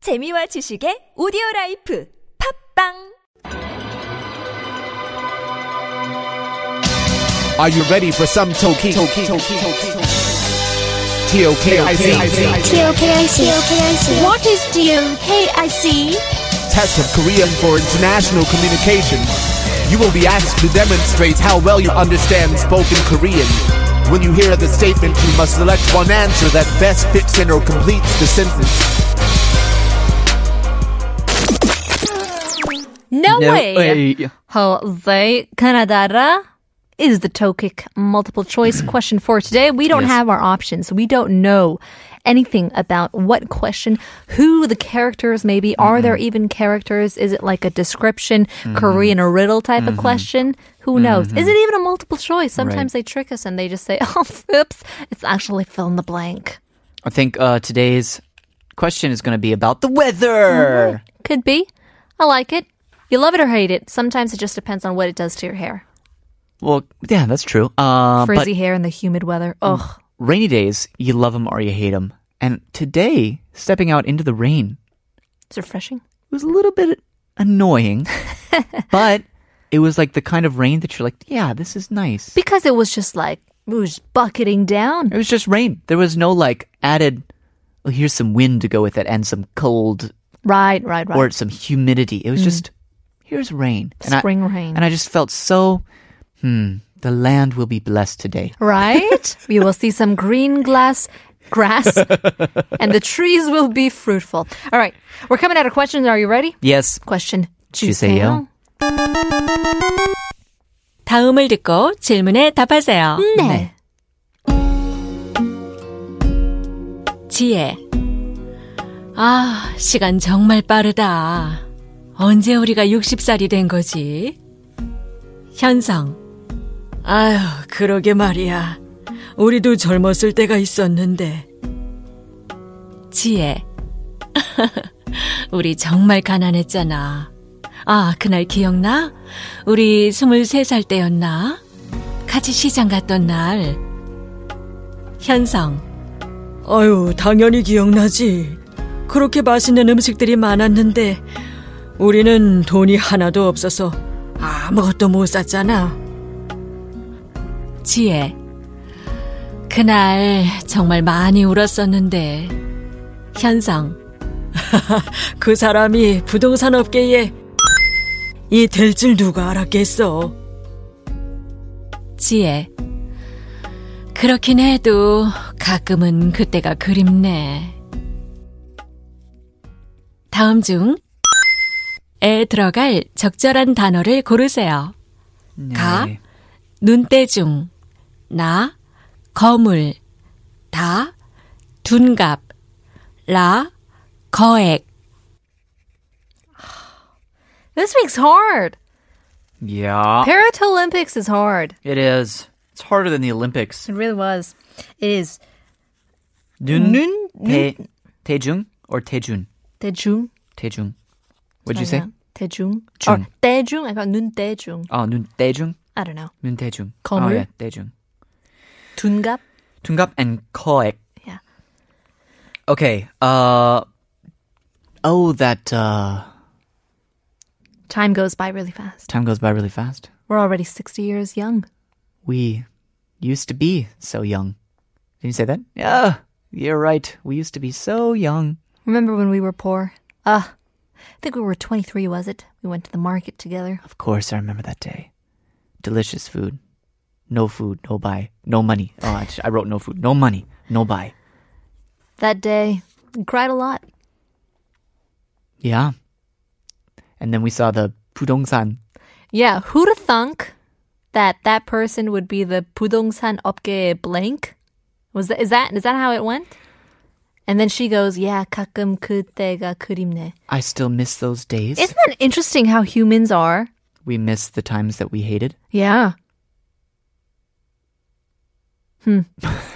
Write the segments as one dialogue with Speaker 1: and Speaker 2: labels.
Speaker 1: 재미와 지식의 오디오 라이프 팝빵
Speaker 2: Are you ready for some Toki? Toki. Toki. TOKIC.
Speaker 3: TOKIC. What is TOKIC?
Speaker 2: Test of Korean for International Communication. You will be asked to demonstrate how well you understand spoken Korean. When you hear the statement, you must select one answer that best fits in or completes the sentence.
Speaker 4: No, way.
Speaker 5: way.
Speaker 4: Jose Canadara is the Tokic multiple choice question for today. We don't have our options. We don't know anything about what question, who the characters may be. Are there even characters? Is it like a description, Korean or riddle type of question? Who knows? Is it even a multiple choice? Sometimes they trick us and they just say, oh, oops, it's actually fill in the blank.
Speaker 5: I think uh, today's question is going to be about the weather.
Speaker 4: Could be. I like it. You love it or hate it. Sometimes it just depends on what it does to your hair.
Speaker 5: Well, yeah, that's true. Uh, but Mm.
Speaker 4: Frizzy hair in the humid weather. Ugh.
Speaker 5: rainy days, you love them or you hate them. And today, stepping out into the rain
Speaker 4: It's refreshing.
Speaker 5: was a little bit annoying, but it was like the kind of rain that you're like, yeah, this is nice.
Speaker 4: Because it was just like, it was bucketing down.
Speaker 5: It was just rain. There was no like added. Oh, here's some wind to go with it, and some cold
Speaker 4: Right, right, right. Mm.
Speaker 5: or some humidity. It was just here's rain, And I-
Speaker 4: Spring rain.
Speaker 5: and I just felt so. Hmm, the land will be blessed today.
Speaker 4: right? we will see some green glass grass and the trees will be fruitful. All right. We're coming out of questions. Are you ready?
Speaker 5: Yes,
Speaker 4: Question
Speaker 5: 주세요.
Speaker 4: 주세요.
Speaker 6: 다음을 듣고 질문에 답하세요.
Speaker 4: 네.
Speaker 6: 지혜. 아, 시간 정말 빠르다. 언제 우리가 60살이 된 거지? 현성. 아휴, 그러게 말이야. 우리도 젊었을 때가 있었는데. 지혜. 우리 정말 가난했잖아. 아, 그날 기억나? 우리 23살 때였나? 같이 시장 갔던 날. 현성. 아유, 당연히 기억나지. 그렇게 맛있는 음식들이 많았는데, 우리는 돈이 하나도 없어서 아무것도 못 샀잖아. 지혜. 그날 정말 많이 울었었는데, 현성. 그 사람이 부동산 업계에 이 될 줄 누가 알았겠어. 지혜. 그렇긴 해도 가끔은 그때가 그립네. 다음 중 에 들어갈 적절한 단어를 고르세요. 가, 눈대중, 나, 거물, 다, 둔갑, 라, 거액.
Speaker 4: This week's hard.
Speaker 5: Yeah,
Speaker 4: Paris Olympics is hard.
Speaker 5: it is. It's harder than the Olympics.
Speaker 4: It really was. It is.
Speaker 5: Nun, Nun? Te, Tejung or Tejun?
Speaker 4: 대중.
Speaker 5: Tejung. What'd you say?
Speaker 4: 대중. Or
Speaker 5: 중.
Speaker 4: 대중. I got 눈 대중.
Speaker 5: Oh, Nun Tejung,
Speaker 4: I don't know.
Speaker 5: Nun Tejung. Oh
Speaker 4: 거물?
Speaker 5: yeah, Tejung.
Speaker 4: 둔갑.
Speaker 5: Tungap and Koek.
Speaker 4: Yeah.
Speaker 5: Okay. Uh. Oh, that uh,
Speaker 4: Time goes by really fast.
Speaker 5: time goes by really fast.
Speaker 4: We're already 60 years young.
Speaker 5: We used to be so young. Did you say that? Yeah, you're right. We used to be so young.
Speaker 4: Remember when we were poor? Uh, I think we were 23, was it? We went to the market together.
Speaker 5: Of course, I remember that day. Delicious food. No food, no buy, no money. Oh, I, I wrote no food, no money, no buy.
Speaker 4: That day, we cried a lot.
Speaker 5: Yeah. And then we saw the Pudongsan.
Speaker 4: Yeah, who'd have thunk that that person would be the Pudongsan 업계 blank? Was that, is that is that how it went? And then she goes, "Yeah, 가끔 그때가 그립네."
Speaker 5: I still miss those days.
Speaker 4: Isn't that interesting how humans are?
Speaker 5: we miss the times that we hated.
Speaker 4: Yeah.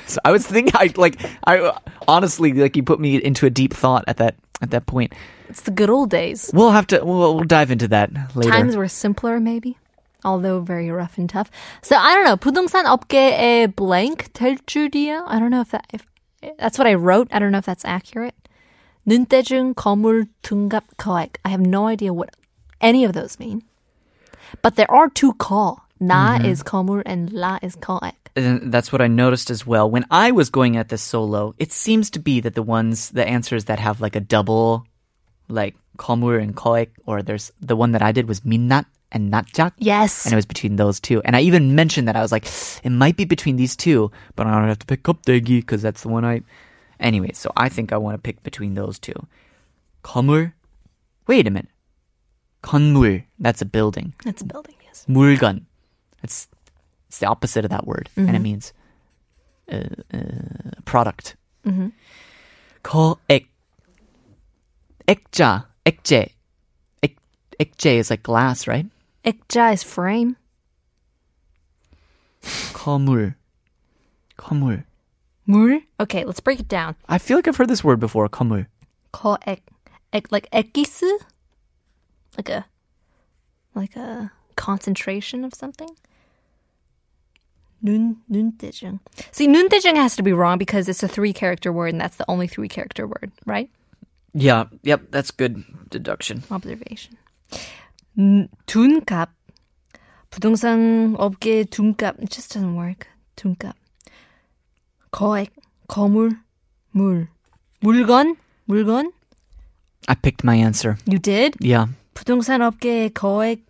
Speaker 5: So I was thinking, I like, I honestly, like, you put me into a deep thought at that at that point.
Speaker 4: It's the good old days.
Speaker 5: We'll have to, we'll, we'll dive into that later.
Speaker 4: Times were simpler, maybe, although very rough and tough. So I don't know. 부동산 업계의 blank 될 줄이야. I don't know if that if that's what I wrote. I don't know if that's accurate. 눈대중, 거물, 둔갑, 거액. I have no idea what any of those mean. But there are two ko. Na is 거물 and la is 거액.
Speaker 5: And that's what I noticed as well. When I was going at this solo, it seems to be that the ones, the answers that have like a double, like komur and koik, or there's the one that I did was minnat and natjak.
Speaker 4: Yes.
Speaker 5: And it was between those two. And I even mentioned that I was like, it might be between these two, but I don't have to pick up degi because that's the one I. Anyway, so I think I want to pick between those two. Komur. Wait a minute. 건물. That's a building.
Speaker 4: That's a building, yes.
Speaker 5: 물건. It's it's the opposite of that word, and it means uh, uh, product. 거액, 액자, 액제, 액 액제 is like glass, right?
Speaker 4: 액자 is frame.
Speaker 5: 거물, 거물.
Speaker 4: 물. Okay, let's break it down.
Speaker 5: I feel like I've heard this word before. 거물.
Speaker 4: 거액. 액 like 액기스? Like a like a concentration of something? 눈 눈대중. See, 눈대중 has to be wrong because it's a three character word and that's the only three character word, right?
Speaker 5: Yeah, yep, that's good deduction.
Speaker 4: observation. N- 둔값 부동산 업계 둔값 it just doesn't work. 둔값 거액 거물 물 물건 물건
Speaker 5: I picked my answer.
Speaker 4: you did
Speaker 5: Yeah,
Speaker 4: 부동산 업계 거액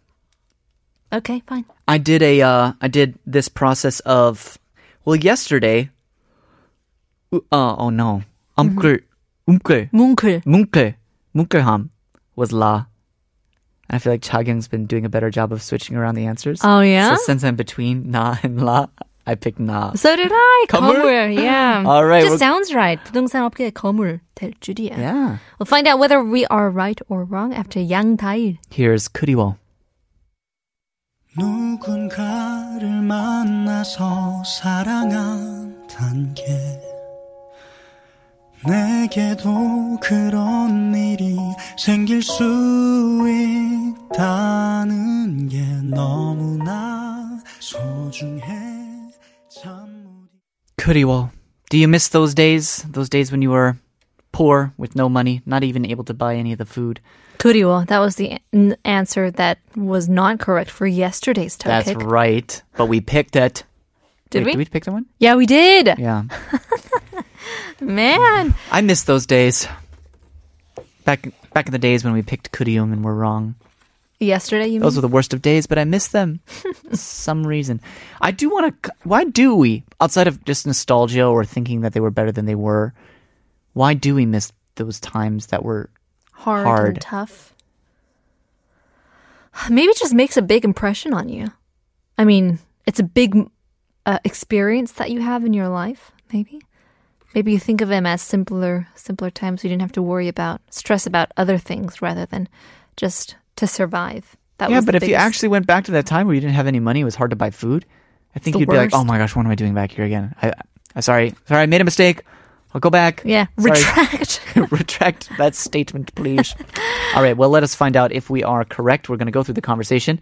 Speaker 4: okay fine
Speaker 5: I did a uh, I did this process of well yesterday. Uh, oh no,
Speaker 4: Mm-hmm.
Speaker 5: um, umkul, umkul.
Speaker 4: 뭉클
Speaker 5: Munkel, Munkelham um, was La. And I feel like Chagyung's been doing a better job of switching around the answers.
Speaker 4: Oh, yeah?
Speaker 5: So since I'm between Na and La, I picked Na.
Speaker 4: so did I
Speaker 5: 거물?
Speaker 4: 거물 yeah
Speaker 5: All right,
Speaker 4: just
Speaker 5: we're-
Speaker 4: sounds right 부동산 업계 거물 될 줄이야
Speaker 5: Yeah.
Speaker 4: we'll find out whether we are right or wrong after 양다일
Speaker 5: Here's Kuriwo.
Speaker 7: 누군가를 만나서 사랑한단 게 내게도 그런 일이 생길 수 있다는 게 너무나 소중해 참 우리
Speaker 5: Kuriwo. Do you miss those days? Those days when you were poor with no money, not even able to buy any of the food.
Speaker 4: Kuriwo, that was the an- answer that was not correct for yesterday's toe
Speaker 5: That's
Speaker 4: kick.
Speaker 5: right. But we picked it. Wait,
Speaker 4: Did we?
Speaker 5: Did we pick that one?
Speaker 4: Yeah, we did.
Speaker 5: Yeah.
Speaker 4: Man.
Speaker 5: I miss those days. Back back in the days when we picked Kurium and were wrong.
Speaker 4: Yesterday, you mean?
Speaker 5: Those were the worst of days, but I miss them. Some reason. I do want to. Why do we, outside of just nostalgia or thinking that they were better than they were, why do we miss those times that were?
Speaker 4: hard,
Speaker 5: hard.
Speaker 4: and tough. Maybe it just makes a big impression on you. I mean, it's a big uh, experience that you have in your life, maybe. Maybe you think of them as simpler, simpler times we didn't have to worry about, stress about other things rather than just to survive. That
Speaker 5: yeah,
Speaker 4: was
Speaker 5: but if
Speaker 4: the
Speaker 5: you
Speaker 4: biggest-
Speaker 5: actually went back to that time where you didn't have any money, it was hard to buy food. I think
Speaker 4: the
Speaker 5: you'd be like, "Oh
Speaker 4: worst.
Speaker 5: my gosh, what am I doing back here again? I, I sorry, sorry, I made a mistake. I'll go back.
Speaker 4: Yeah,
Speaker 5: Sorry.
Speaker 4: retract.
Speaker 5: retract that statement, please. All right, well, let us find out if we are correct. We're going to go through the conversation.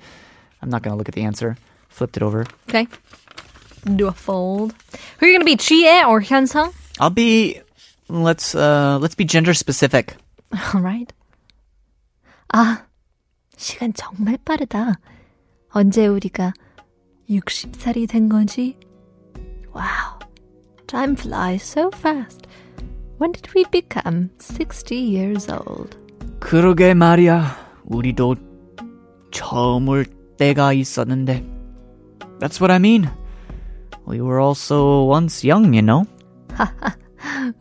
Speaker 5: I'm not going to look at the answer. Flipped it over.
Speaker 4: Okay. Do a fold. Who are you going to be, Chie or Hyunsung?
Speaker 5: I'll be let's uh let's be gender specific.
Speaker 4: All right. 아, 시간 정말 빠르다. 언제 우리가 60살이 된 거지? Wow. Time flies so fast. When did we become 60 years old?
Speaker 5: 그러게 말이야. 우리도 처음 올 때가 있었는데. That's what I mean. We were also once young, you know.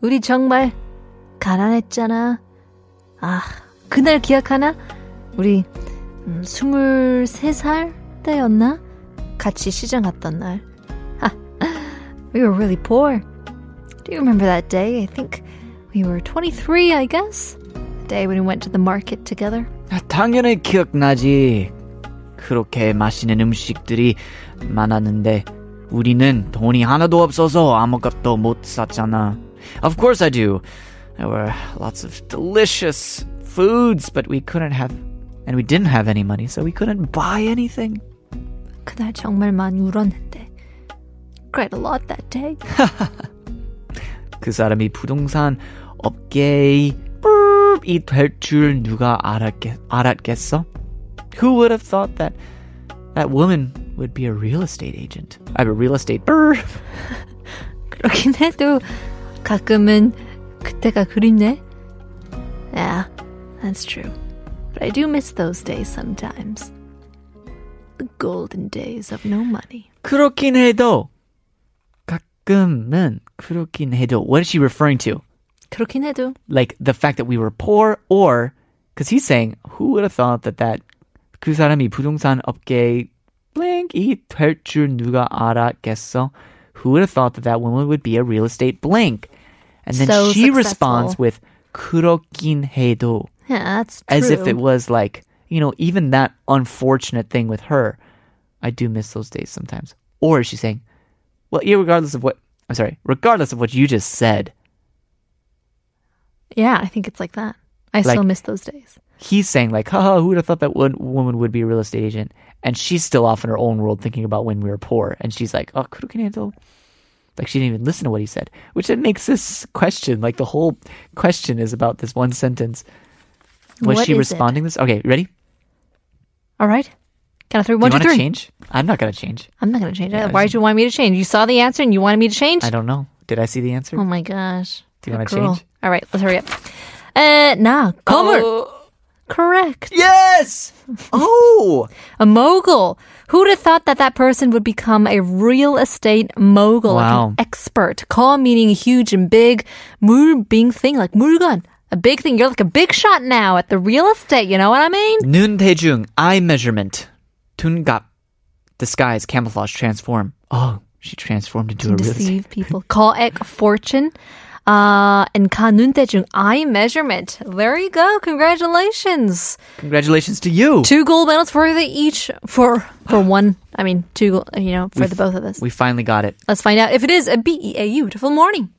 Speaker 4: 우리 정말 가난했잖아. 아, 그날 기억하나? 우리 음, 23살 때였나? 같이 시장 갔던 날. we were really poor. Do you remember that day? I think we were 23, I guess. The day when we went to the market together.
Speaker 5: 당연히 기억나지. 그렇게 맛있는 음식들이 많았는데 우리는 돈이 하나도 없어서 아무것도 못 샀잖아. Of course I do. There were lots of delicious foods, but we couldn't have and we didn't have any money, so we couldn't buy anything.
Speaker 4: 그날 정말 많이 울었는데. Cried a lot that day.
Speaker 5: 그 사람이 부동산 업계의 이 될 줄 누가 알았겠, 알았겠어? Who would have thought that that woman would be a real estate agent? I have a real estate. brr.
Speaker 4: 그렇긴 해도 가끔은 그때가 그립네. Yeah, that's true. But I do miss those days sometimes. The golden days of no money.
Speaker 5: 그렇긴 해도 가끔은 그렇긴 해도. What is she referring to?
Speaker 4: 그렇긴 해도
Speaker 5: Like the fact that we were poor, or because he's saying, who would have thought that that 그 사람이 부동산 업계 blank이 될 줄 누가 알았겠어? Who would have thought that that woman would be a real estate blank? And then
Speaker 4: So
Speaker 5: she
Speaker 4: successful.
Speaker 5: responds with 그렇긴 해도.
Speaker 4: Yeah, that's true.
Speaker 5: as if it was like you know even that unfortunate thing with her i do miss those days sometimes or is she saying well irregardless of what i'm sorry regardless of what you just said
Speaker 4: Yeah, I think it's like that. I still
Speaker 5: Like-
Speaker 4: miss those days.
Speaker 5: he's saying like haha who would have thought that one woman would be a real estate agent and she's still off in her own world thinking about when we were poor and she's like oh could handle like she didn't even listen to what he said which then makes this question like the whole question is about this one sentence was
Speaker 4: What
Speaker 5: she
Speaker 4: is it?
Speaker 5: responding this okay ready Do
Speaker 4: All right. Count of three. One,
Speaker 5: you
Speaker 4: two,
Speaker 5: want to
Speaker 4: three.
Speaker 5: change i'm not going to change
Speaker 4: I'm not going to change it. Why did you want me to change? You saw the answer and you wanted me to
Speaker 5: I
Speaker 4: change?
Speaker 5: don't know. Did I see the answer?
Speaker 4: Oh my gosh.
Speaker 5: Do you wanna
Speaker 4: Girl.
Speaker 5: change?
Speaker 4: All right, let's hurry up. Uh, nah, Comer.
Speaker 5: Oh.
Speaker 4: Correct.
Speaker 5: Yes! Oh!
Speaker 4: A mogul. Who'd have thought that that person would become a real estate mogul, like
Speaker 5: Wow.
Speaker 4: an expert? Call meaning huge and big. 물 being thing, like 물건. A big thing. You're like a big shot now at the real estate. You know what I mean?
Speaker 5: 눈대중, eye measurement. 둔갑, disguise, camouflage, transform. Oh, she transformed into a real estate.
Speaker 4: Deceive people. Call egg fortune. Uh, and 가눈대중 eye measurement. There you go. Congratulations.
Speaker 5: Congratulations to you!
Speaker 4: two gold medals for the each for for one. I mean, two gold. You know, for the both of us.
Speaker 5: We finally got it.
Speaker 4: Let's find out if it is a B E A U. Beautiful morning.